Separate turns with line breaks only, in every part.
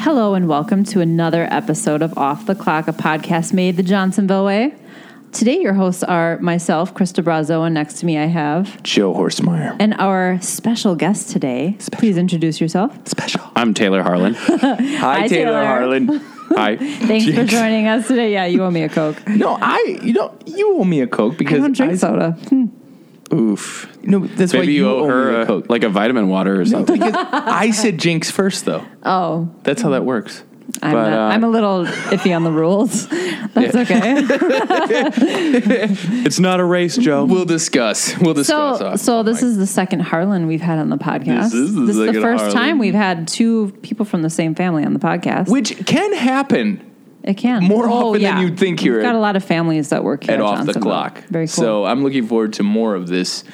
Hello and welcome to another episode of Off the Clock, a podcast made the Johnsonville way. Today, your hosts are myself, Krista Brazo, and next to me I have
Joe Horsemeyer.
and our special guest today. Please introduce yourself.
Special.
I'm Taylor Harlan.
Hi,
Hi, Taylor.
Taylor, Harlan.
Hi.
Thanks for
Jinx.
joining us today. Yeah, you owe me a Coke.
No, I you know you owe me a Coke
I
because
don't drink
I-
soda.
Oof. No, that's why
Maybe you owe
me
her
a,
a,
Coke.
like a vitamin water or something.
because I said Jinx first though.
Oh,
That's how that works.
I'm,
But,
not,
uh,
I'm a little iffy on the rules. That's okay.
It's not a race, Joe.
We'll discuss. We'll discuss. uh,
So,
off-
so this is the second Harlan we've had on the podcast.
This is the
the
second
first
Harlan.
time we've had two people from the same family on the podcast.
which can happen
It can Oh,
more often than you'd think here
We've got
at-
a lot of families that work here
at off the
Johnsonville.
clock.
Very cool.
So I'm looking forward to more of this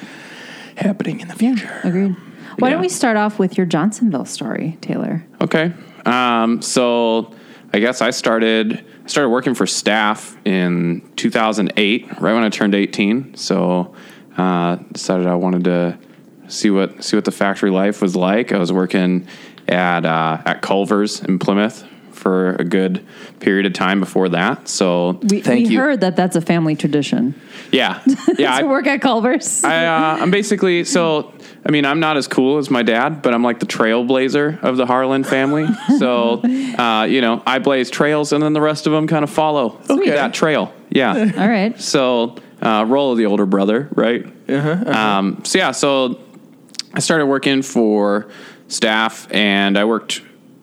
happening in the future.
agreed. Why
Yeah.
don't we start off with your Johnsonville story, Taylor?
Okay. Um, so I guess I started I started working for staff in 2008, right when I turned 18. So uh, decided I wanted to see what see what the factory life was like. I was working at uh, at Culver's in Plymouth for a good period of time before that. So
We,
Thank
we
you.
heard that that's a family tradition
yeah, yeah, I-
to work at Culver's.
I, uh, I'm basically so. I mean, I'm not as cool as my dad, but I'm like the trailblazer of the Harlan family. So, uh, you know, I blaze trails, and then the rest of them kind of follow
Okay.
that trail. Yeah.
All right.
So, uh, role of the older brother, right? Um, so yeah, so I started working for staff, and I worked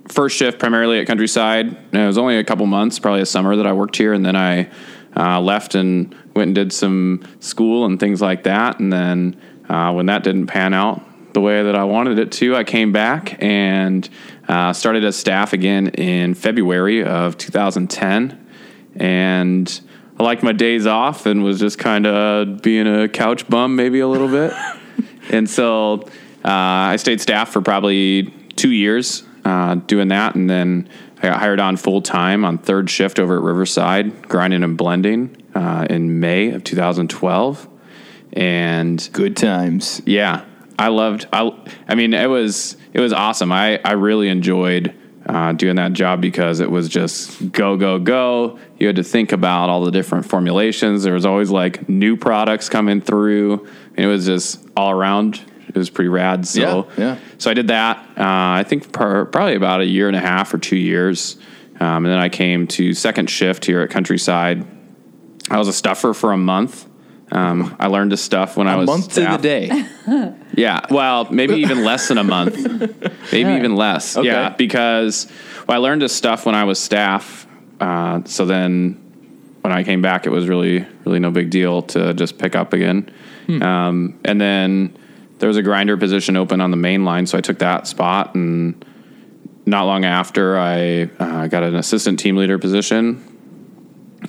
first shift primarily at Countryside. And it was only a couple months, probably a summer, that I worked here, and then I uh, left and went and did some school and things like that. And then uh, when that didn't pan out the way that I wanted it to, I came back and uh, started as staff again in February of 2010 and I liked my days off and was just kind of being a couch bum maybe a little bit. and so uh, I stayed staff for probably two years uh, doing that, and then I got hired on full time on third shift over at Riverside, grinding and blending uh, in May of 2012, and
Good times.
yeah i loved i i mean it was it was awesome i i really enjoyed uh, doing that job because it was just go go go you had to think about all the different formulations there was always like new products coming through and it was just all around it was pretty rad so
Yeah, yeah.
so I did that. Uh, I think per, probably about a year and a half or two years, um, and then I came to second shift here at Countryside. I was a stuffer for a month. Um, I learned to stuff when I
A
was
month to the
staff.
day.
Yeah. Well, maybe even less than a month. Maybe even less.
Okay.
Yeah. Because well, I learned this stuff when I was staff. Uh, so then when I came back, it was really, really no big deal to just pick up again. Um, and then there was a grinder position open on the main line. So I took that spot. And not long after, I uh, got an assistant team leader position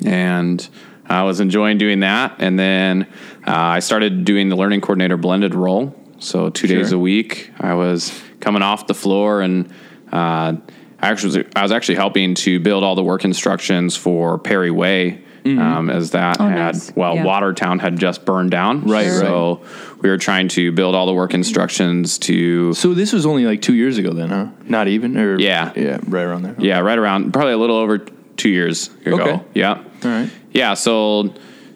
and I was enjoying doing that. And then uh, I started doing the learning coordinator blended role. So two days
Sure.
a week, I was coming off the floor, and uh, I actually was, I was actually helping to build all the work instructions for Perry Way.
Mm-hmm.
Um, as that had
Oh, nice.
well,
Yeah.
Watertown had just burned down,
Right, Sure.
So we were trying to build all the work instructions to
So this was only like two years ago, then, huh? Not even, or
Yeah.
yeah, right around there.
Yeah, right around probably a little over two years ago.
Okay.
Yeah.
All right.
Yeah. So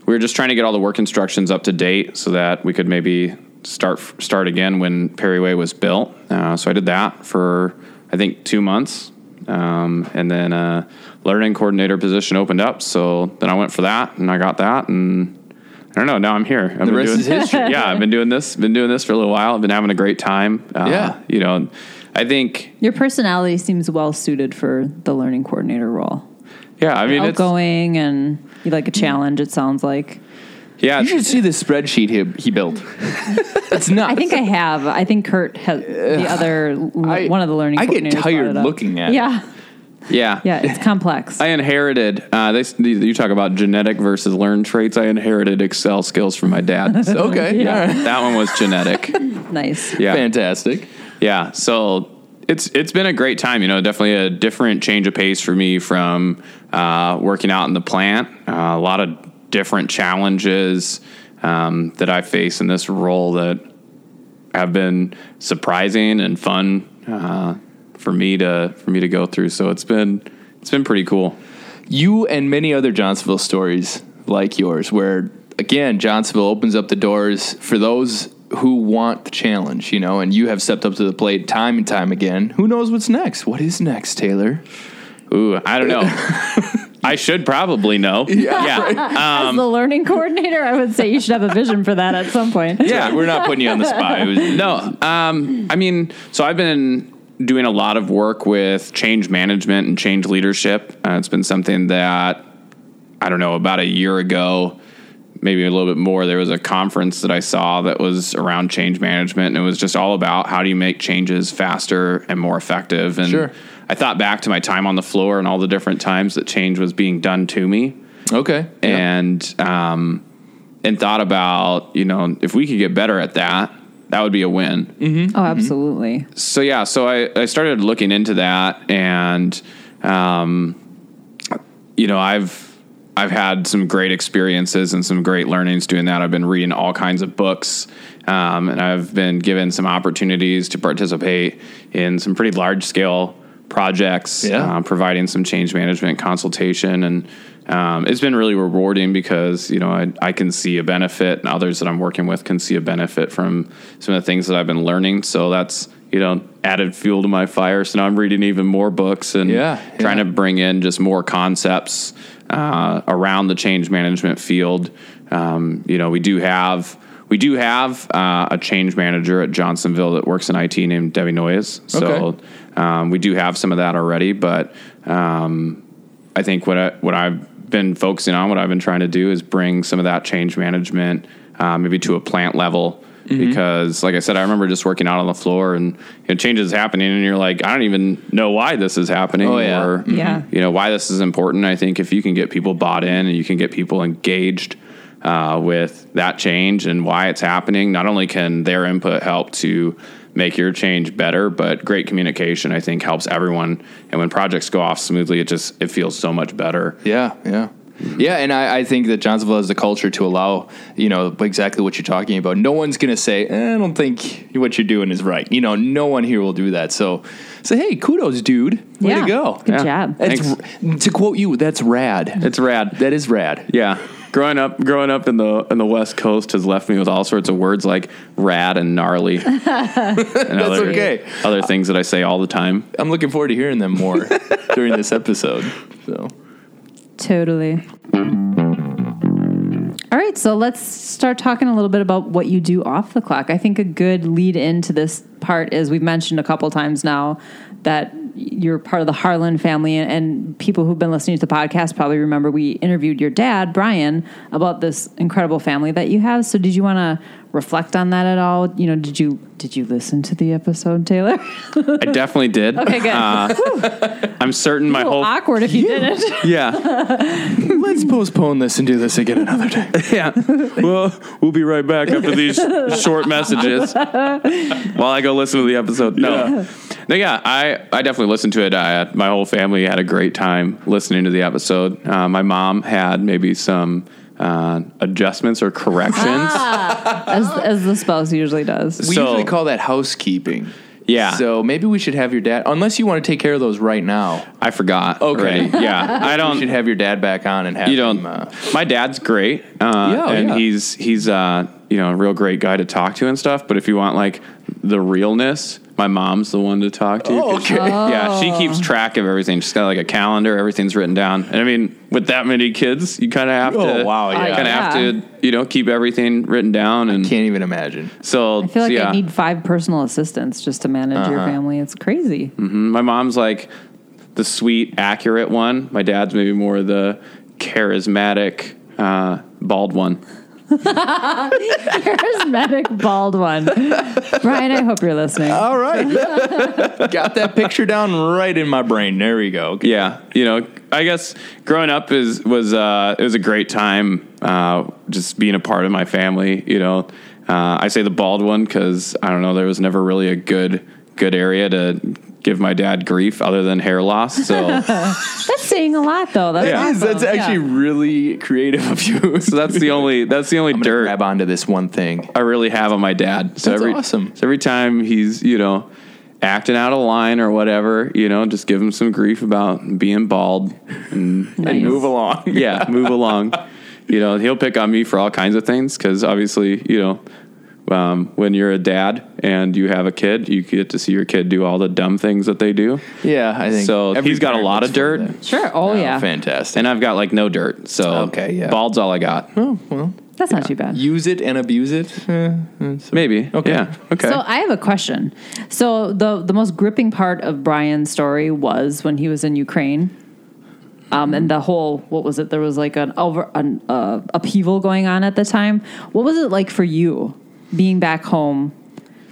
we were just trying to get all the work instructions up to date so that we could maybe start start again when Perry Way was built. Uh, so I did that for I think two months, um, and then a learning coordinator position opened up. So then I went for that, and I got that, and. I don't know. Now I'm here. I've
The
been
rest
doing-
is history.
yeah, I've been doing this. Been doing this for a little while. I've been having a great time. Uh,
Yeah.
you know, I think.
Your personality seems well suited for the learning coordinator role.
Yeah, I mean, it's,
Outgoing and you like a challenge. It sounds like
Yeah,
You should see this spreadsheet he, he built. it's nuts.
I think I have. I think Kurt has the other
Uh, I-
one of the learning.
I get
coordinators brought
tired
it up.
looking at it.
Yeah,
yeah,
yeah, it's complex.
I inherited. Uh, they, you talk about genetic versus learned traits. I inherited Excel skills from my dad. So
Okay,
Yeah.
all right.
that one was genetic.
nice.
Yeah,
Fantastic.
yeah. So it's it's been a great time. You know, definitely a different change of pace for me from uh, working out in the plant. Uh, a lot of different challenges um, that I face in this role that have been surprising and fun uh, for me to for me to go through. So it's been it's been pretty cool.
you and many other Johnsonville stories like yours, where again, Johnsonville opens up the doors for those who want the challenge, you know, and you have stepped up to the plate time and time again. Who knows what's next? What is next, Taylor?
Ooh, I don't know. I should probably know. Yeah. Yeah.
As the learning coordinator, I would say you should have a vision for that at some point.
we're not putting you on the spot. It was,
No. Um, I mean, so I've been doing a lot of work with change management and change leadership. Uh, it's been something that I don't know, about a year ago, maybe a little bit more, there was a conference that I saw that was around change management. And it was just all about how do you make changes faster and more effective. And
Sure.
I thought back to my time on the floor and all the different times that change was being done to me
okay.
and um, and thought about you know if we could get better at that that would be a win
Oh, absolutely.
so yeah so I, I started looking into that and um, you know i've i've had some great experiences and some great learnings doing that i've been reading all kinds of books um, and i've been given some opportunities to participate in some pretty large scale projects
Yeah.
um, providing some change management consultation and um, it's been really rewarding because you know I, I can see a benefit and others that i'm working with can see a benefit from some of the things that i've been learning so that's you know added fuel to my fire so now i'm reading even more books and
Yeah,
trying
yeah.
to bring in just more concepts uh, around the change management field. Um, you know, we do have we do have uh, a change manager at Johnsonville that works in IT named Debbie Noyes. So
Okay.
um, we do have some of that already, but um, I think what I, what I've been focusing on, what I've been trying to do, is bring some of that change management uh, maybe to a plant level.
Mm-hmm.
Because, like I said, I remember just working out on the floor and you know, change is happening, and you're like, I don't even know why this is happening,
Oh, yeah.
or Mm-hmm.
Yeah.
you know why this is important. I think if you can get people bought in and you can get people engaged uh, with that change and why it's happening, not only can their input help to make your change better, but great communication I think helps everyone. And when projects go off smoothly, it just it feels so much better.
Yeah, yeah. Yeah, and I, I think that Johnsonville has the culture to allow, you know, exactly what you're talking about. No one's going to say, eh, I don't think what you're doing is right. You know, no one here will do that. So, so hey, kudos, dude. Way
Yeah.
to go.
Good Yeah. job.
That's, to quote you, that's rad.
It's rad.
that is rad.
Yeah. Growing up, growing up in the in the West Coast has left me with all sorts of words like rad and gnarly, and That's other,
okay.
Other things that I say all the time.
I'm looking forward to hearing them more during this episode. So,
Totally. All right, so let's start talking a little bit about what you do off the clock. I think a good lead into this part is we've mentioned a couple times now that you're part of the Harlan family, and, and people who've been listening to the podcast probably remember we interviewed your dad, Brian, about this incredible family that you have. So, did you want to reflect on that at all? You know, did you did you listen to the episode, Taylor?
I definitely did.
Okay, good.
I'm certain my
a little
whole
awkward if you, didn't.
yeah
let's postpone this and do this again another day.
yeah. Well, we'll be right back after these short messages while I go listen to the episode. No, no, yeah, I I definitely listened to it. I, my whole family had a great time listening to the episode. Uh, my mom had maybe some. Uh, adjustments or corrections.
as, as the spouse usually does.
We
So-
usually call that housekeeping.
Yeah.
So maybe we should have your dad, unless you want to take care of those right now.
I forgot.
Okay.
already. Yeah. I
You should
don't.
have your dad back on and have
You don't.
him. Uh,
my dad's great, uh,
Yeah, oh,
and
yeah.
he's he's uh, you know a real great guy to talk to and stuff. But if you want like the realness, my mom's the one to talk to. 'cause
Oh, okay.
Yeah, she keeps track of everything. She's got like a calendar. Everything's written down. And I mean, with that many kids, you kind of have to.
Oh, wow, yeah.
You kind of have
Yeah.
to, you know, keep everything written down. And
can't even imagine.
so,
I feel like
so, yeah,
I need five personal assistants just to manage your family. It's crazy.
my mom's like the sweet, accurate one. My dad's maybe more the charismatic, uh, bald one.
charismatic bald one. Brian, I hope you're listening.
All right. Got that picture down right in my brain. There we go.
yeah, you know, I guess growing up is was uh, it was a great time, uh, just being a part of my family. You know, uh, I say the bald one because I don't know there was never really a good good area to give my dad grief other than hair loss. So
That's saying a lot, though. That's
That is-
awesome.
that's actually
Yeah.
really creative of you.
so that's the only that's the only
I'm gonna
dirt
grab onto this one thing.
I really have on my dad. So
That's
every,
awesome.
So every time he's you know acting out of line or whatever, you know, just give him some grief about being bald.
Nice.
Move along.
yeah, move along. You know, he'll pick on me for all kinds of things because obviously, you know, um, when you're a dad and you have a kid, you get to see your kid do all the dumb things that they do.
Yeah, I think
So
every
he's got a
parent
lot of
looks forward
dirt.
to that.
Sure. Oh, yeah.
fantastic.
And I've got like no dirt, so
Okay, yeah.
bald's all I got.
That's not too bad.
Use it and abuse it.
Maybe, okay, yeah, okay.
So I have a question. So the the most gripping part of Brian's story was when he was in Ukraine, um, and the whole what was it? There was like an over an uh, upheaval going on at the time. What was it like for you being back home,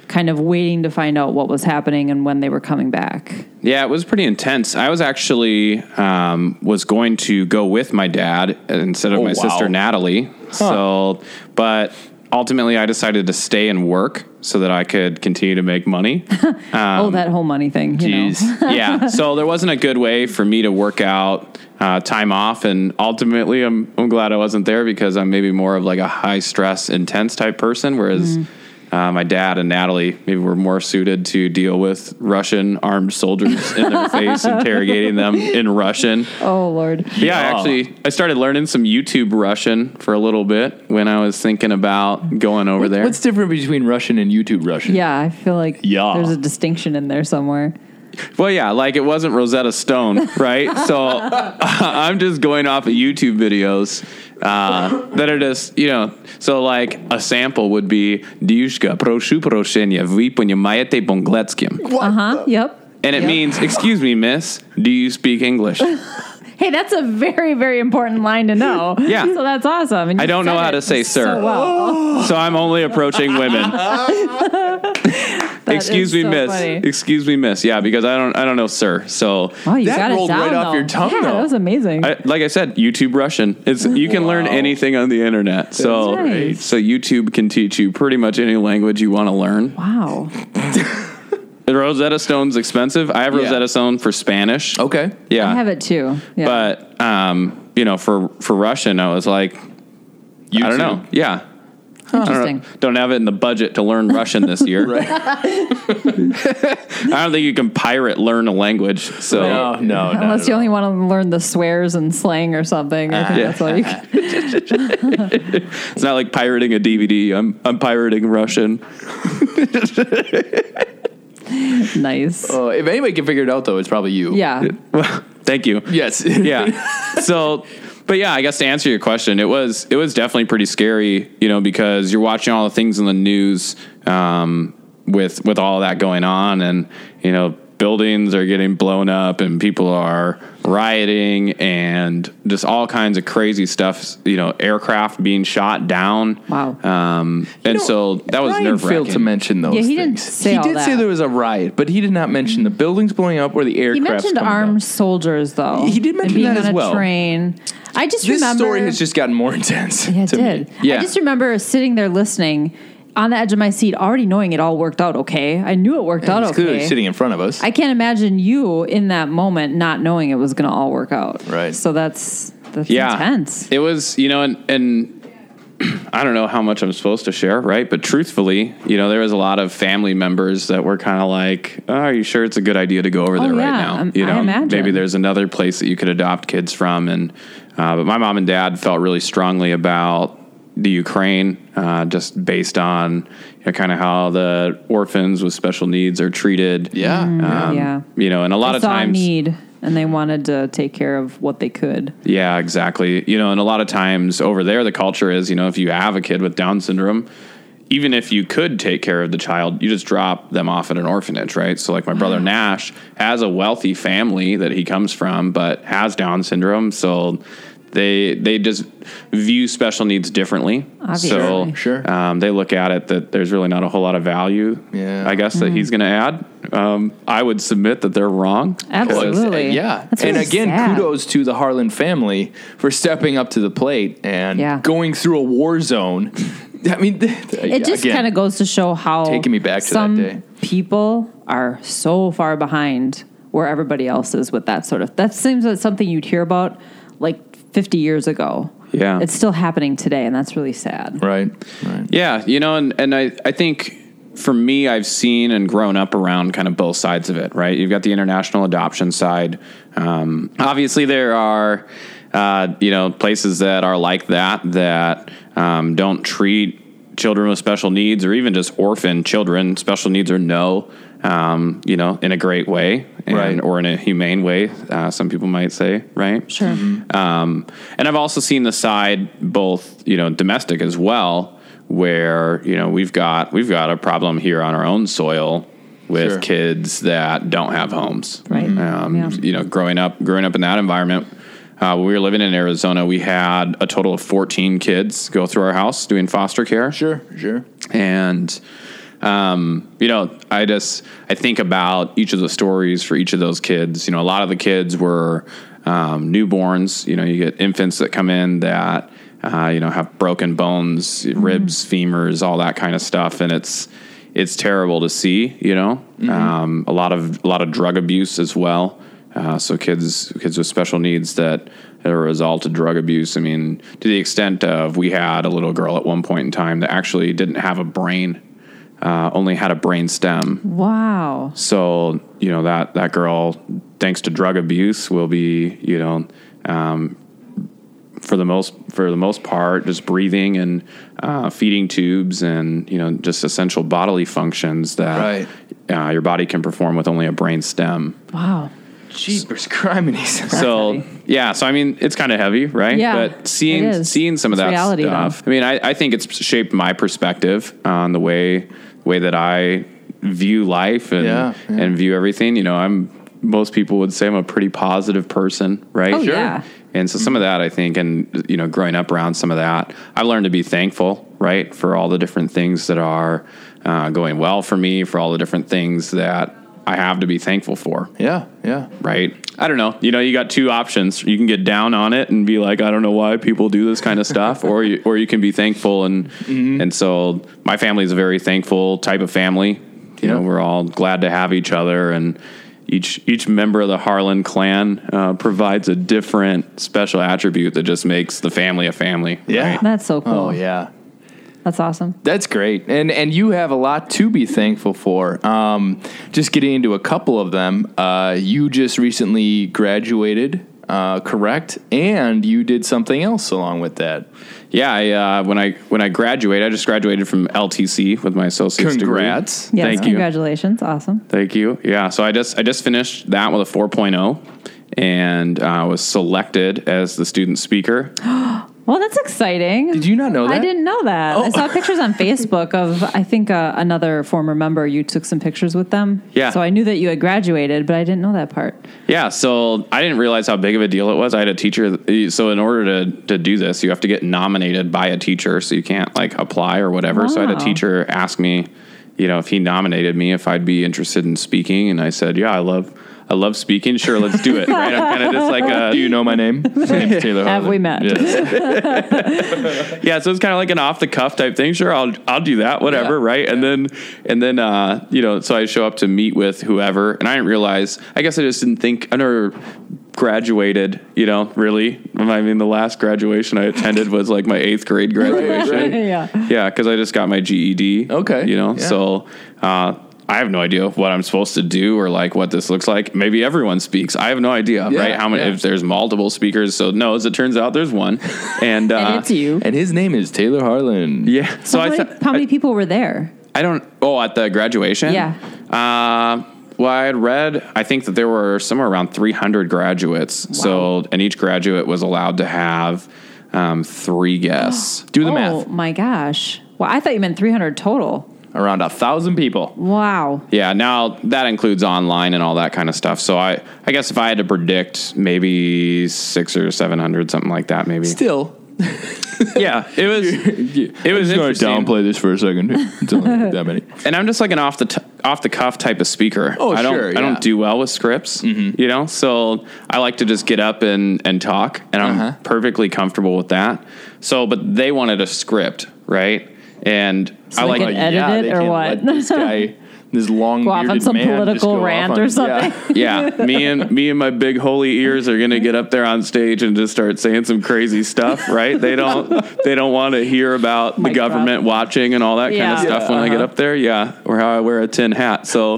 kind of waiting to find out what was happening and when they were coming back?
Yeah, it was pretty intense. I was actually um, was going to go with my dad instead of
Oh,
my
wow.
sister Natalie. So, but ultimately, I decided to stay and work so that I could continue to make money.
oh, that whole money thing. you know.
yeah. So there wasn't a good way for me to work out uh, time off, and ultimately, I'm I'm glad I wasn't there because I'm maybe more of like a high stress, intense type person, whereas. Uh, my dad and Natalie maybe were more suited to deal with Russian armed soldiers in their face, interrogating them in Russian.
Oh Lord.
Yeah, I actually, I started learning some YouTube Russian for a little bit when I was thinking about going over there.
What's different between Russian and YouTube Russian?
Yeah, I feel like
Yeah.
there's a distinction in there somewhere.
Well, yeah, like it wasn't Rosetta Stone, right? so I'm just going off of YouTube videos uh, that are just, you know, so like a sample would be Diushka, прошу прощения, вы понимаете по-английски?
Uh huh. Yep.
And it
Yep.
means, excuse me, miss, do you speak English?
Hey, that's a very, very important line to know.
Yeah.
So that's awesome. And
I
you
don't
said
know how
it
to say,
so
sir.
Oh,
well.
so I'm only approaching women.
is
excuse me,
so
miss.
funny. Oh,
Excuse me, miss. Yeah, because I don't, I don't know, sir. So
Wow, you
That
got it
rolled
down,
right off
though.
your tongue,
Yeah,
though.
that was amazing.
I, like I said, YouTube Russian. It's you can learn anything on the internet. So
That's nice.
so YouTube can teach you pretty much any language you want to learn.
wow.
Rosetta Stone's expensive. I have
Yeah.
Rosetta Stone for Spanish.
Okay.
Yeah.
Oh, I have it too. Yeah.
But um, you know, for for Russian, I was like,
YouTube.
I don't know. Yeah. I
Interesting.
don't, know. don't have it in the budget to learn Russian this year.
Right.
I don't think you can pirate learn a language. So
No, no, Oh, no.
Unless you only want to learn the swears and slang or something. I think
Yeah.
that's all you can.
It's not like pirating a DVD. I'm I'm pirating Russian.
nice.
Oh,
Uh, if anybody can figure it out, though, it's probably you.
yeah.
Thank you.
Yes.
yeah. So, but yeah, I guess to answer your question, it was it was definitely pretty scary, you know, because you're watching all the things in the news um, with with all that going on, and you know, buildings are getting blown up, and people are rioting, and just all kinds of crazy stuff. You know, aircraft being shot down.
Wow.
Um, and
know,
so that was
Ryan
nerve
failed to
wracking.
mention those.
Yeah, he didn't
things.
say
He
all
did say
that.
there was a riot, but he did not mention the buildings blowing up or the
He
aircraft.
mentioned armed soldiers, though.
He did
and
mention
being
that
on
as
a
well.
Train. I just
This
remember
story has just gotten more intense.
Yeah, it
to me.
did.
Yeah.
I just remember sitting there listening on the edge of my seat, already knowing it all worked out okay. I knew it worked out
He's clearly
okay.
sitting in front of us.
I can't imagine you in that moment not knowing it was going to all work out.
Right.
So that's that's
yeah.
intense.
It was, you know, and, and I don't know how much I'm supposed to share, right? But truthfully, you know, there was a lot of family members that were kind of like, oh, "Are you sure it's a good idea to go over there
yeah,
right now?"
um,
you
I
know,
imagine.
maybe there's another place that you could adopt kids from, and uh, but my mom and dad felt really strongly about the Ukraine, uh, just based on you know, kind of how the orphans with special needs are treated.
yeah.
Mm,
Um,
yeah.
You know, and a lot
They
of
saw a
times
need, and they wanted to take care of what they could.
yeah, exactly. You know, and a lot of times over there, the culture is, you know, if you have a kid with Down syndrome, even if you could take care of the child, you just drop them off at an orphanage, right? So, like, my brother Nash has a wealthy family that he comes from, but has Down syndrome. So, They they just view special needs differently. So
Obviously.
Sure.
um, they look at it that there's really not a whole lot of value.
Yeah.
I guess that he's going to add. Um, I would submit that they're wrong.
Absolutely.
Uh, yeah.
That's
and
really
again,
sad.
kudos to the Harlan family for stepping up to the plate and
Yeah.
going through a war zone. I mean,
It just kind of goes to show how
Taking me back to that
some
day.
people are so far behind where everybody else is with that sort of. That seems like something you'd hear about like 50 years ago.
Yeah.
it's still happening today, and that's really sad.
Right. Right.
Yeah, you know, and, and I, I think for me, I've seen and grown up around kind of both sides of it, right? You've got the international adoption side. Um, obviously, there are, uh, you know, places that are like that that um, don't treat children with special needs or even just orphan children, special needs or no, um, you know, in a great way and,
Right.
or in a humane way, uh, some people might say, right?
Sure.
Um, and I've also seen the side both, you know, domestic as well, where you know we've got we've got a problem here on our own soil with
Sure.
kids that don't have homes.
Right. Mm-hmm.
Um,
Yeah.
You know, growing up growing up in that environment. Uh, when we were living in Arizona, we had a total of 14 kids go through our house doing foster care
Sure. Sure.
and um, you know i just i think about each of the stories for each of those kids you know a lot of the kids were um, newborns you know you get infants that come in that uh, you know have broken bones ribs femurs all that kind of stuff and it's it's terrible to see you know um, a lot of a lot of drug abuse as well uh, so kids kids with special needs that are a result of drug abuse. I mean, to the extent of we had a little girl at one point in time that actually didn't have a brain, uh, only had a brain stem.
Wow.
So you know that that girl, thanks to drug abuse, will be you know. Um, for the most, for the most part, just breathing and uh, feeding tubes, and you know, just essential bodily functions that uh, your body can perform with only a brain stem
Wow.
Jeepers, criminies.
so
heavy.
yeah so i mean it's kind of heavy right
Yeah,
but seeing
it is.
seeing some of
It's
that
reality,
stuff i mean I, I think it's shaped my perspective on the way way that i view life and
Yeah, yeah.
and view everything you know i'm most people would say i'm a pretty positive person right
Oh, Sure. yeah.
and so some of that i think and you know growing up around some of that i've learned to be thankful right for all the different things that are uh, going well for me for all the different things that i have to be thankful for
yeah. Yeah.
right? I don't know. You know, you got two options. You can get down on it and be like, I don't know why people do this kind of stuff, or you, or you can be thankful and
Mm-hmm.
and so my family is a very thankful type of family. You know,
Yeah.
we're all glad to have each other and. Each, each member of the Harlan clan uh, provides a different special attribute that just makes the family a family.
Yeah.
That's so cool.
Oh yeah.
That's awesome.
That's great, and and you have a lot to be thankful for. Um, just getting into a couple of them, uh, you just recently graduated, uh, correct? And you did something else along with that.
Yeah, I, uh, when I when I graduated, I just graduated from LTC with my associate's
Congrats.
degree.
Yes.
Thank you.
congratulations. Awesome.
Thank you. Yeah. So I just I just finished that with a 4.0 and uh, was selected as the student speaker.
Well, that's exciting.
Did you not know that?
I didn't know that.
Oh.
I saw pictures on Facebook of I think uh, another former member. You took some pictures with them.
Yeah.
So I knew that you had graduated, but I didn't know that part.
Yeah. So I didn't realize how big of a deal it was. I had a teacher. So in order to to do this, you have to get nominated by a teacher. So you can't like apply or whatever. So I had a
Wow.
teacher ask me, you know, if he nominated me, if I'd be interested in speaking, and I said, yeah, I love. I love speaking. Sure, let's do it. Right? I'm kind of just like, a,
Uh, Do you know my name? my name's Taylor.
Have
Harlan.
we met?
Yes.
yeah, so it's kind of like an off the cuff type thing. Sure, I'll I'll do that, whatever,
Yeah.
right? And then and then uh, you know, so I show up to meet with whoever, and I didn't realize. I guess I just didn't think I never graduated. You know, really. I mean, the last graduation I attended was like my eighth grade graduation.
yeah.
Yeah, because I just got my GED.
Okay,
You know,
yeah.
so uh, I have no idea what I'm supposed to do or like what this looks like. Maybe everyone speaks. I have no idea,
Yeah,
right? How many,
yeah.
if there's multiple speakers. So, no, as it turns out, there's one. And, uh,
and it's you.
And his name is Taylor Harlan.
Yeah. So
how,
I,
many,
th-
how many people were there?
I don't, oh, at the graduation?
Yeah.
Uh, well, I had read, I think that there were somewhere around 300 graduates. So, and each graduate was allowed to have um, three guests.
Do the
oh
math.
my gosh! Well, I thought you meant 300 total.
around a thousand people.
Wow.
Yeah, now that includes online and all that kind of stuff. So I, I guess if I had to predict, maybe six or seven hundred, something like that, maybe.
Still,
yeah, it was, it was
I'm just
interesting.
going to downplay this for a second. It's only that many.
And I'm just like an off the t- off the cuff type of speaker.
Oh,
I don't,
sure,
I
yeah. Mm-hmm.
don't do well with scripts, you know. So I like to just get up and and talk, and I'm
Uh-huh.
perfectly comfortable with that. So, but they wanted a script, right? And I
they
like
can edit it
they
or
can't
what?
let this guy, this long
Go off on
bearded
some
man just
political
go off
rant
on-
or
yeah.
something.
yeah, me and me and my big holy ears are gonna get up there on stage and just start saying some crazy stuff, right? They don't they don't want to hear about the
Mic drop.
government watching and all that kind
Yeah. Uh-huh.
of stuff
Yeah,
when I get up there. Yeah, or how I wear a tin hat. So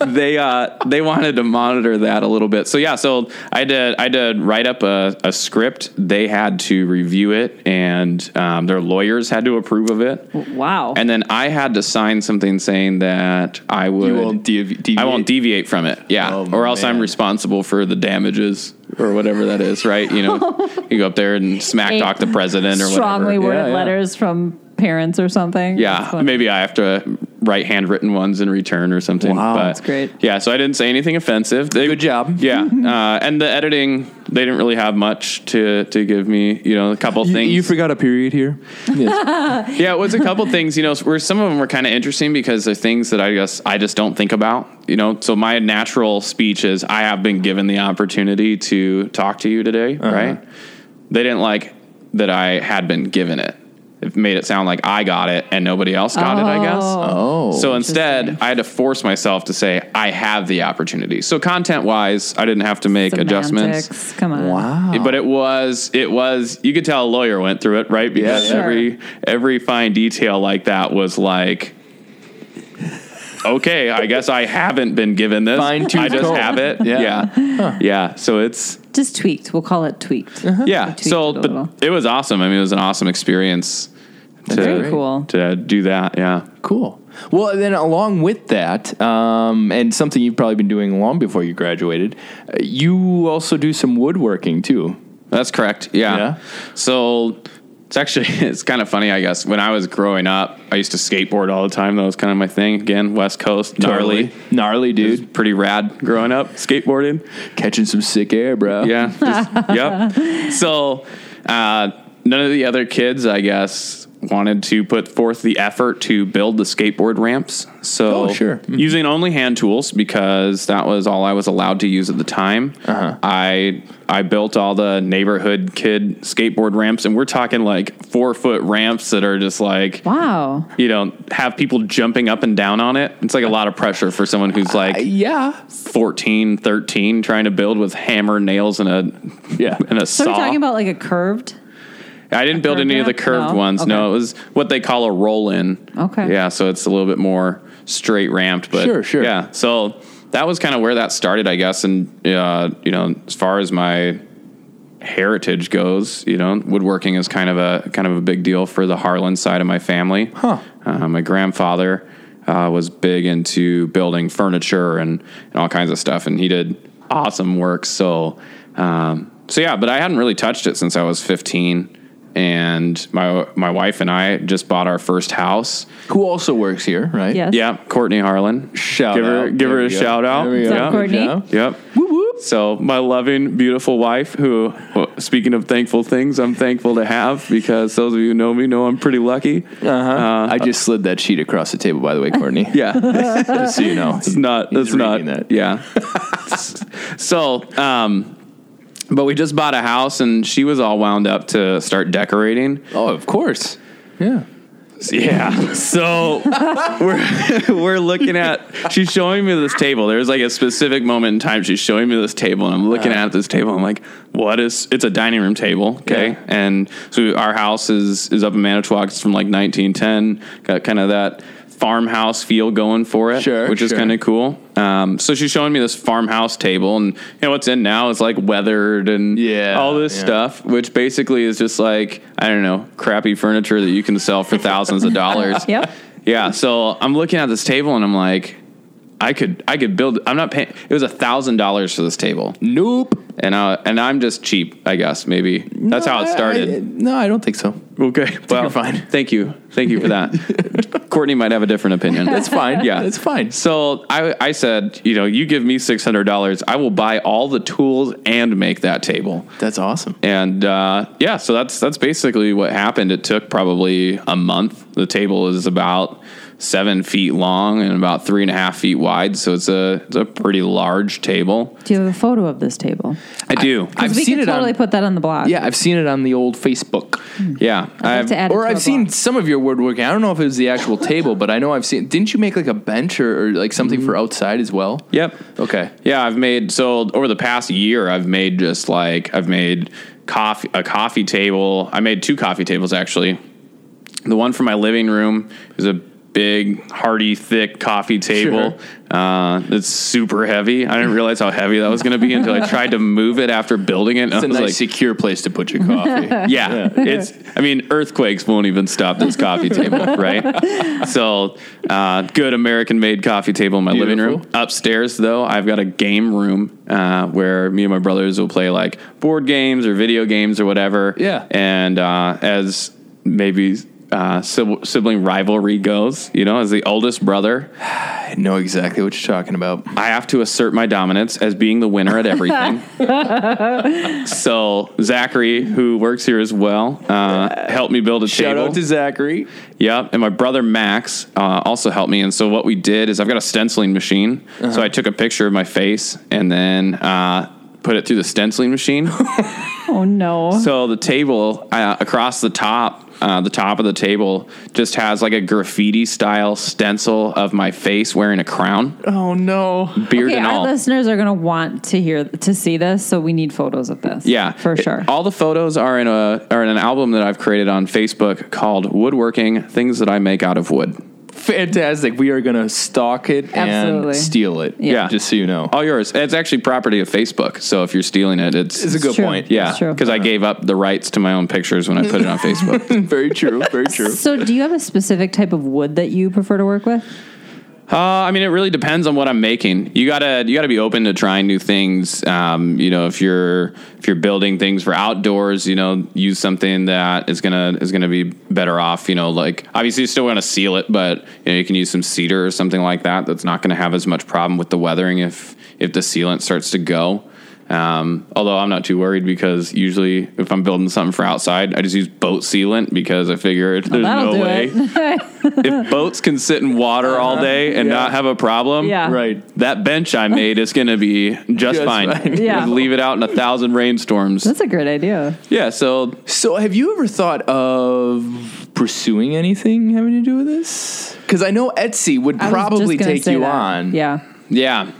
they uh they wanted to monitor that a little bit. So yeah, so I did I did write up a, a script. They had to review it, and um, their lawyers had to approve of it.
Wow.
And then I had to sign something saying that I would
You won't devi- deviate.
I won't deviate from it. Yeah.
Oh,
or else
man.
I'm responsible for the damages or whatever that is, right? You know, you go up there and smack
Eight
talk the president or
Strongly
whatever.
worded
yeah, yeah.
letters from parents or something. That's
Yeah.
funny.
Maybe I have to write handwritten ones in return or something.
Wow.
But
That's great.
Yeah. So I didn't say anything offensive. They,
Good job.
Yeah. Uh, and the editing, they didn't really have much to, to give me, you know, a couple
You,
things.
you forgot a period here.
yeah, it was a couple things, you know, where some of them were kind of interesting because they're things that I guess I just don't think about, you know. So my natural speech is I have been given the opportunity to talk to you today,
Uh-huh.
right? They didn't like that I had been given it. It made it sound like I got it and nobody else got it, I guess.
Oh.
So instead,
Interesting.
I had to force myself to say I have the opportunity. So content-wise, I didn't have to make adjustments.
Semantics. Come on.
Wow.
But it was it was you could tell a lawyer went through it, right? Because
Sure.
every every fine detail like that was like Okay, I guess I haven't been given this.
Fine-tooth
I just
comb.
have it.
Yeah.
Yeah. Yeah. So it's
Just tweaked. We'll call it tweaked.
yeah.
tweaked
So
it a little.
but it was awesome. I mean it was an awesome experience to
Very cool.
to do that. Yeah.
Cool. Well, and then along with that, um, and something you've probably been doing long before you graduated, uh, you also do some woodworking too.
That's correct. Yeah.
Yeah.
So it's actually it's kind of funny, I guess. When I was growing up, I used to skateboard all the time. That was kind of my thing. Again, West Coast, gnarly.
gnarly
It was
dude,
pretty rad growing up skateboarding.
catching some sick air, bro.
Yeah. Just, yep. So uh, none of the other kids, I guess, wanted to put forth the effort to build the skateboard ramps. So
Oh, sure.
using only hand tools because that was all I was allowed to use at the time.
Uh-huh.
I I built all the neighborhood kid skateboard ramps, and we're talking like four foot ramps that are just like
Wow.
you know have people jumping up and down on it. It's like a lot of pressure for someone who's like
Uh, yeah,
14, 13, trying to build with hammer nails and a
yeah.
and a
So
saw.
we're talking about like a curved.
I didn't build
curved
any of the
ramp?
curved
No?
ones. No,
Okay.
it was what they call a roll in.
Okay.
Yeah, so it's a little bit more straight ramped, but
Sure, sure.
Yeah, so that was kind of where that started, I guess. And uh, you know, as far as my heritage goes, you know, woodworking is kind of a kind of a big deal for the Harlan side of my family.
Huh.
Uh, my grandfather uh, was big into building furniture and, and all kinds of stuff, and he did awesome work. So, um, so yeah, but I hadn't really touched it since I was 15, and my my wife and I just bought our first house.
Who also works here, right?
Yes.
Yeah, Courtney Harlan.
Shout
give
out.
her give
There
her a
we go.
shout out.
There we go.
What's up,
Yeah.
Courtney?
Good job.
Yep. So my loving, beautiful wife, who, well, speaking of thankful things, I'm thankful to have because those of you who know me know I'm pretty lucky.
Uh, I just slid that sheet across the table, by the way, Courtney.
Yeah,
Just so you know.
it's not.
He's
It's not.
reading that.
Yeah. so, um, but we just bought a house, and she was all wound up to start decorating.
Oh, of course. Yeah.
Yeah. So we're we're looking at she's showing me this table. There's like a specific moment in time she's showing me this table and I'm looking at this table. I'm like, what is it's a dining room table, okay?
Yeah.
And so our house is is up in Manitowoc. It's from like 1910. Got kind of that farmhouse feel going for it,
Sure,
which is
sure.
kind of cool. Um, so she's showing me this farmhouse table and you know what's in now is like weathered and
Yeah,
all this
yeah.
stuff stuff, which basically is just like I don't know, crappy furniture that you can sell for thousands of dollars.
Yep.
Yeah. So I'm looking at this table and I'm like, I could, I could build. I'm not paying. It was a thousand dollars for this table.
Nope.
and I, and I'm just cheap, I guess. Maybe that's how it
I- I-
started.
no, I don't think so.
okay, well,
you're fine.
Thank you, thank you for that. Courtney might have a different opinion.
That's fine.
Yeah.
that's fine.
So I, I said, you know, you give me six hundred dollars, I will buy all the tools and make that table.
That's awesome.
And uh, yeah, so that's that's basically what happened. It took probably a month. The table is about seven feet long and about three and a half feet wide, so it's a it's a pretty large table.
Do you have a photo of this table?
I do,
'Cause
I've
we
seen
could
it on-
totally put that on the blog.
Yeah, I've seen it on the old Facebook,
I'd
yeah.
like
I've-
to add it
or
to
I've
our
seen
blog.
some of your woodworking. I don't know if it was the actual table, but I know I've seen. Didn't you make like a bench or, or like something for
Mm-hmm.
outside as well?
Yep.
Okay.
Yeah, I've made so over the past year, I've made just like I've made coffee a coffee table. I made two coffee tables actually. The one for my living room is a big, hearty, thick coffee table. Uh, it's super heavy. I didn't realize how heavy that was going to be until I tried to move it after building it. And
It's
I
a
was
nice,
like,
secure place to put
Mm-hmm.
your coffee.
yeah, it's. I mean, earthquakes won't even stop this coffee table, right? So, uh, good American-made coffee table in my living room.
Beautiful.
Upstairs, though, I've got a game room uh, where me and my brothers will play like board games or video games or whatever.
Yeah.
and uh, as maybe. Uh, sib- sibling rivalry goes, you know, as the oldest brother,
I know exactly what you're talking about.
I have to assert my dominance as being the winner at everything. so Zachary, who works here as well, uh, helped me build a
Shout
table.
out to Zachary.
Yep, and my brother Max uh, also helped me. And so what we did is I've got a stenciling machine,
Uh-huh.
so I took a picture of my face and then uh, put it through the stenciling machine.
Oh no.
So the table uh, across the top, uh, the top of the table just has like a graffiti style stencil of my face wearing a crown,
Oh no.
beard
okay,
and
our
all.
listeners are going to want to hear to see this, so we need photos of this.
Yeah,
for
It-
sure.
all the photos are in a are in an album that I've created on Facebook called Woodworking: Things That I Make Out of Wood.
Fantastic. We are gonna stalk it
Absolutely.
and steal it.
Yeah.
Yeah.
Just so you know.
All yours. It's actually property of Facebook. So if you're stealing it, it's,
It's a good
true.
point.
yeah,
It's true.
because I gave up the rights to my own pictures when I put it on Facebook.
very true. Very true.
So, do you have a specific type of wood that you prefer to work with?
Uh, I mean, it really depends on what I'm making. You gotta you gotta be open to trying new things. Um, you know, if you're if you're building things for outdoors, you know, use something that is gonna is gonna be better off. You know, like obviously you still want to seal it, but you know you can use some cedar or something like that. That's not gonna have as much problem with the weathering if if the sealant starts to go. Um, although I'm not too worried because usually if I'm building something for outside, I just use boat sealant because I figure there's
Oh, that'll
no
do
way if boats can sit in water all day and not have a problem,
Uh-huh. Yeah.
Right.
that bench I made is going to be just, fine.
fine.
Yeah.
Just leave it out in a thousand rainstorms.
That's a great idea.
Yeah, so
So, have you ever thought of pursuing anything having to do with this? Because I know Etsy would
I was just
probably
gonna
take
say
you
that.
on.
Yeah.
yeah.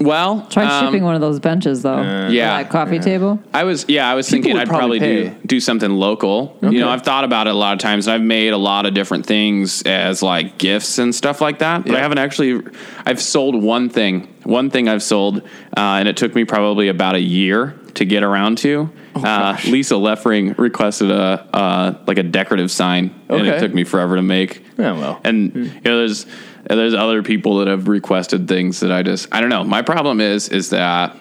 Well,
Try
um, uh,
shipping one of those benches though.
yeah.
For that coffee table.
I was yeah, I was
People
thinking
would
I'd probably,
probably
do
pay.
do something local.
Okay.
You know, I've thought about it a lot of times and I've made a lot of different things as like gifts and stuff like that. But I
Yeah.
haven't actually I've sold one thing. One thing I've sold, uh, and it took me probably about a year to get around to.
Oh,
uh, Lisa Leffering requested a uh, like a decorative sign, and it
Okay.
took me forever to make.
Oh, well.
and you know, there's and there's other people that have requested things that I just I don't know. My problem is is that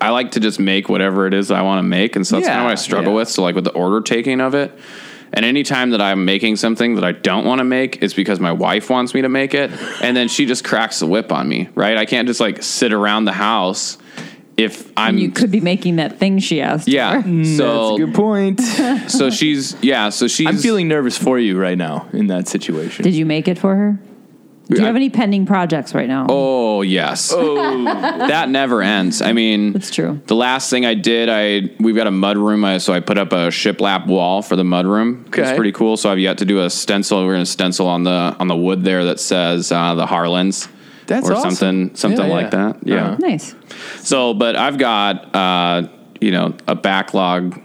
I like to just make whatever it is that I want to make, and so that's
Yeah,
kind of what I struggle
yeah.
with. So like with the order taking of it, and anytime that I'm making something that I don't want to make, it's because my wife wants me to make it, and then she just cracks the whip on me. Right? I can't just like sit around the house if I'm.
You could be making that thing she asked.
Mm. yeah,
That's a
so
good point.
so she's yeah, so she's
I'm feeling nervous for you right now in that situation.
Did you make it for her? Do you
I-
have any pending projects right now?
Oh yes, that never ends. I mean,
That's true.
The last thing I did, I we've got a mud room, I, so I put up a shiplap wall for the mud room. It's
Okay.
pretty cool. So I've yet to do a stencil. We're gonna stencil on the on the wood there that says uh, the Harlands.
That's
or
awesome.
something something
Yeah,
like
yeah.
that. Yeah.
Uh-huh.
Nice.
So, but I've got uh, you know a backlog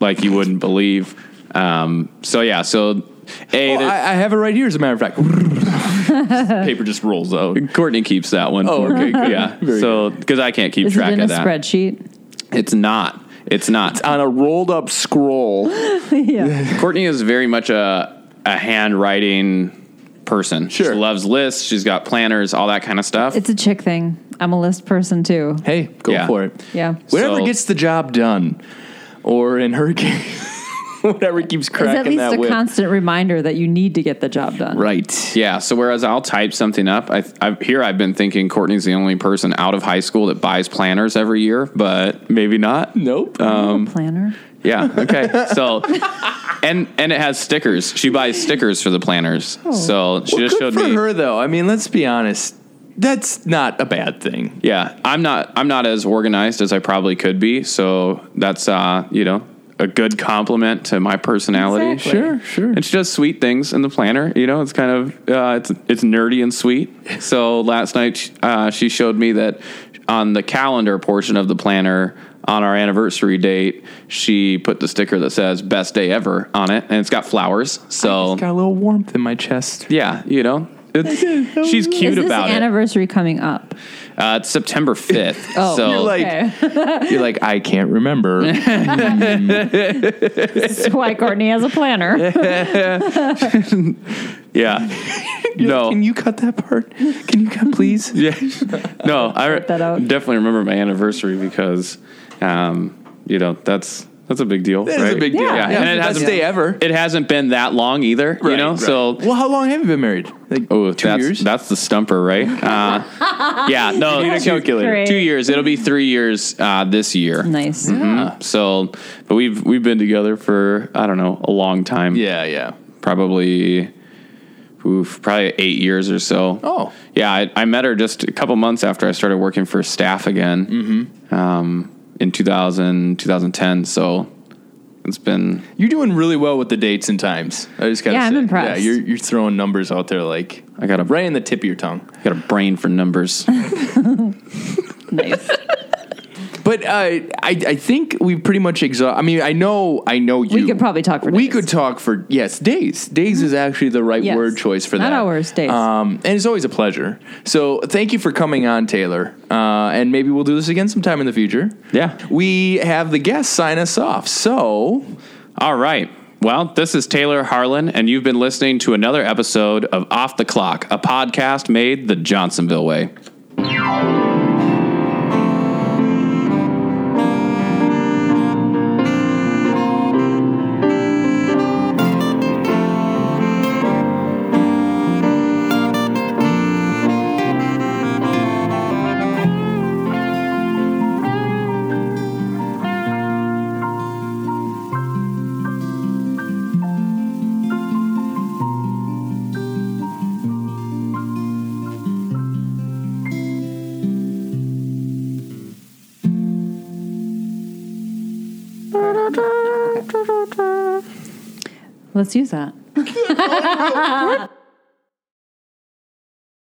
like you wouldn't believe. Um, so yeah, so a
Oh,
there-
I, I have it right here, as a matter of fact. Paper just rolls out.
Courtney keeps that one.
Oh,
for me.
okay, good.
yeah.
Very
so because I can't keep
Is
track
it in a
of that.
spreadsheet?
It's not. It's not.
On a rolled up scroll.
yeah.
Courtney is very much a a handwriting person.
Sure.
She loves lists. She's got planners, all that kind of stuff.
It's a chick thing. I'm a list person too.
Hey, go
Yeah.
for it.
Yeah.
Whatever
So-
gets the job done, or in her case, whatever
It's
keeps cracking
at least
that
a
whip.
constant reminder that you need to get the job done.
right.
Yeah. So whereas I'll type something up, I, I here I've been thinking Courtney's the only person out of high school that buys planners every year, but maybe not.
Nope.
Um, planner.
Yeah. Okay. So, and and it has stickers. She buys stickers for the planners.
Oh.
So she
Well, good
just showed
for
me.
her though. I mean, let's be honest. That's not a bad thing.
Yeah, I'm not I'm not as organized as I probably could be. So that's uh, you know a good compliment to my personality.
Exactly. Sure,
sure.
It's just sweet things in the planner. You know, it's kind of uh, it's it's nerdy and sweet. So last night uh, she showed me that on the calendar portion of the planner on our anniversary date, she put the sticker that says "Best Day Ever" on it, and it's got flowers. So
It's got a little warmth in my chest.
yeah, you know. It's, she's cute
Is this
about it.
anniversary coming up?
Uh, it's September fifth.
Oh,
so
You're like,
Okay.
you're like, I can't remember.
That's why Courtney has a planner.
yeah, no,
Can you cut that part? Can you cut, please?
Yeah. No, I re-
that out.
definitely remember my anniversary because, um, you know, that's that's a big deal.
That is a
right?
big deal.
Yeah,
Yeah, it's
and it
the
hasn't
best
day ever.
It hasn't been that long either. you know, so.
well, how long have you been married? Like
Oh,
two
that's
years.
that's the stumper, right? Uh, yeah, no,
need a
two-
calculator. Great.
Two years. It'll be three years uh, this year.
nice.
Mhm. So, but we've we've been together for I don't know a long time.
yeah, yeah.
probably oof, probably eight years or so.
Oh.
yeah, I, I met her just a couple months after I started working for staff again
Mm-hmm.
um, in 2000, 2010. So it's been
You're doing really well with the dates and times. I just gotta
Yeah, I'm
say.
impressed.
Yeah, you're you're throwing numbers out there like
I got a
right in the tip of your tongue.
got a brain for numbers.
Nice.
But uh, I I think we pretty much exhaust. I mean, I know I know you.
could probably talk for
We
days. Hmm.
could talk for yes days. Days is actually the right
Yes.
word choice for
Not
that.
hours, days.
Um, and it's always a pleasure. So thank you for coming on, Taylor. Uh, and maybe we'll do this again sometime in the future.
Yeah.
We have the guests sign us off. So
All right. Well, this is Taylor Harlan, and you've been listening to another episode of Off the Clock, a podcast made the Johnsonville way.
Let's use that.